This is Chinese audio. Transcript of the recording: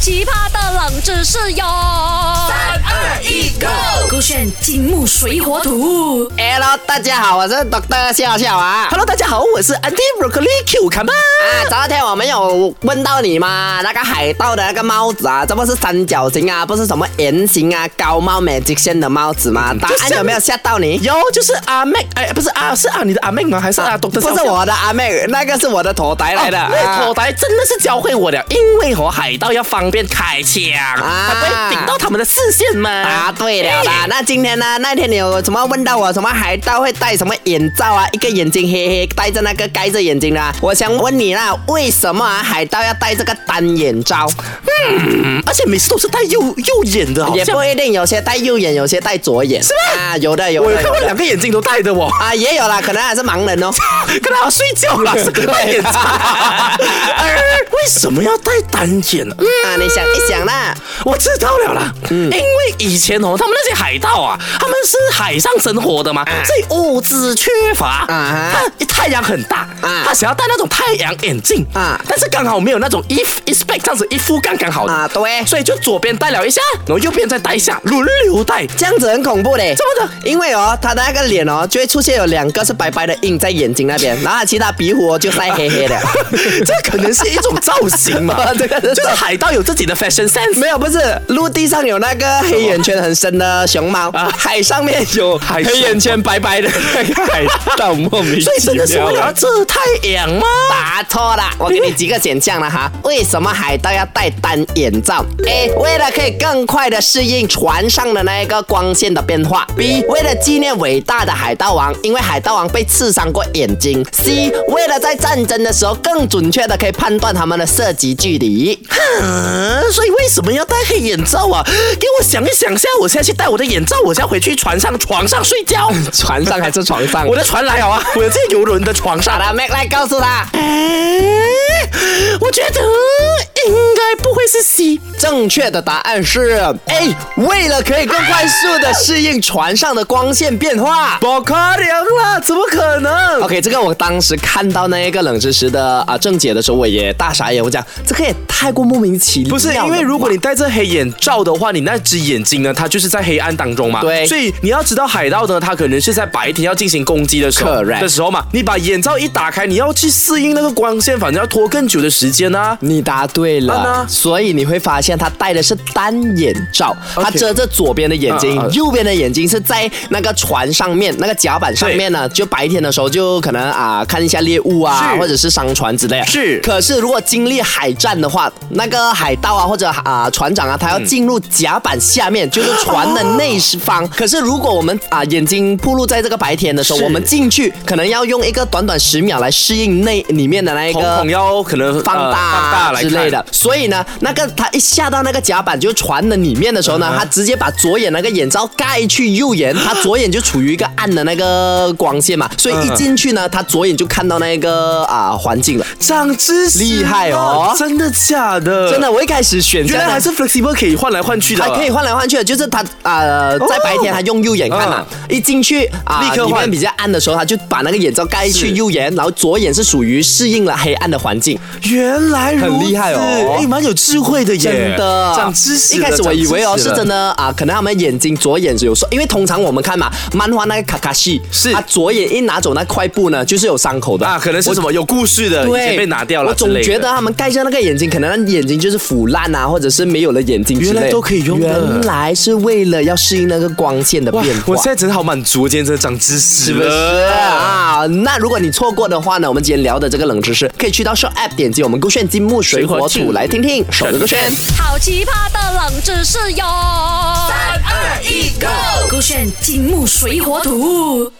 奇葩的冷知识哟！三二一，Go！勾选金木水火土。 Hello，大家好，我是 Doctor 笑笑啊。 Hello，大家好，我是 Andy Broccoli Q 卡曼。啊，昨天我们有问到你嘛？那个海盗的那个帽子啊，这不是三角形啊，不是什么圆形啊，高帽美极限的帽子吗？答案有没有吓到 你？有，就是阿妹，哎，不是啊，是啊，你的阿妹吗？还是啊，Doctor？哦不是我的阿妹，那个是我的头带 来的。啊那口袋真的是教会我的，因为和海盗要方便开枪，它不会顶到他们的视线嘛。哎答啊对了啊 啦。那今天呢？那天你有什么问到我？什么海盗会戴什么眼罩啊？一个眼睛黑黑，戴着那个盖着眼睛的啊。我想问你啦，为什么啊海盗要戴这个单眼罩？嗯，而且每次都是戴右右眼的，好也像不一定，有些戴右眼，有些戴左眼，是吗哦啊，有的有我有的看有过的两个眼睛都戴的我。啊，也有啦，可能还是盲人哦。跟他睡觉了， 是个单眼罩。哎为什么要戴单眼呢？嗯啊，你想一想啦，我知道了啦，嗯因为以前哦，他们那些海盗啊，他们是海上生活的嘛，所以物资缺乏，嗯啊他太阳很大，啊他想要戴那种太阳眼镜啊但是刚好没有那种一一 spec 这样子一副刚刚好啊对所以就左边戴了一下，然后右边再戴一下，轮流戴。这样子很恐怖嘞。怎么的？因为哦，他的那个脸哦，就会出现有两个是白白的印在眼睛那边，然后其他鼻虎哦就晒黑 黑的。这可能是一种造型嘛 ，这个是就是海盗有自己的 fashion sense，没有，不是陆地上有那个黑眼圈很深的熊猫，啊海上面有海黑眼圈白白的那个 海盗，莫名啊所以真的是为了遮太阳吗？答错了，我给你几个选项了哈。为什么海盗要戴单眼罩？A. 为了可以更快的适应船上的那一个光线的变化。B. 为了纪念伟大的海盗王，因为海盗王被刺伤过眼睛。C. 为了在战争的时候更准确的可以判断他们的射击距离。嗯，所以为什么要戴黑眼罩啊？给我想一想下，我现在去戴我的眼罩，我现在回去船上床上睡觉。 船上还是床上？我的船来好啊， 我的这游轮的床上好。了 m a c 来告诉他，哎，我觉得应该不会是 C。正确的答案是 A。为了可以更快速的适应船上的光线变化。我夸凉了，怎么可能？ OK，这个我当时看到那一个冷知识的啊正解的时候，我也大傻眼，我讲这个也太过莫名其妙了吧。不是，因为如果你戴着黑眼罩的话，你那只眼睛呢，它就是在黑暗当中嘛。对所以你要知道，海盗呢，它可能是在白天要进行攻击的时候 Correct 的时候嘛，你把眼罩一打开，你要去适应那个光线，反正要拖更久的时间啊。你答对了，啊呢所以你会发现他戴的是单眼罩，他 OK 遮着左边的眼睛，啊啊右边的眼睛是在那个船上面那个甲板上面呢。就白天的时候就可能啊看一下猎物啊，是或者是商船之类。是可是如果经历海战的话，那个海盗啊或者啊船长啊，他要嗯进入甲板下面，就是船的内 方。可是如果我们啊眼睛暴露在这个白天的时候，是我们进去可能要用一个短短十秒来适应内里面的那一个瞳孔要可能放大、呃放大来之看类的。所以呢，那个他一下到那个甲板，就是船的里面的时候呢，嗯他直接把左眼那个眼罩盖去右眼，他左眼就处于一个暗的那个光线嘛，所以一进去呢，他左眼就看到那个啊环境了。长知识了，厉害哦真的假的？真的，，我一开始选呃原来项呢还是 flexible 可以换来换去的，还可以。换来换去的，就是他呃，在白天他用右眼看嘛，一进去啊，哦嗯立刻里换面比较暗的时候，他就把那个眼罩盖去是右眼，然后左眼是属于适应了黑暗的环境。原来如此，很厉害哦哎，蛮有智慧的耶，真的长知识一了。开始我以为哦长知识是了真的啊，可能他们眼睛左眼有受，因为通常我们看嘛，漫画那个卡卡西是他左眼一拿走那块布呢，就是有伤口的啊，可能是什么有故事的，我以前对，被拿掉了我之总类的。觉得他们盖着那个眼睛，可能那眼睛就是腐烂啊，或者是没有了眼睛之类的。原来都可以用的原来是为了要适应那个光线的哇变化。我现在真的好满足，今天真的长知识是不是了。啊？那如果你错过的话呢，我们今天聊的这个冷知识，可以去到 Show App 点击我们勾选金木水火水火土土来听听，手的勾选。好奇葩的冷知识哟！三二一，Go！勾选金木水火土。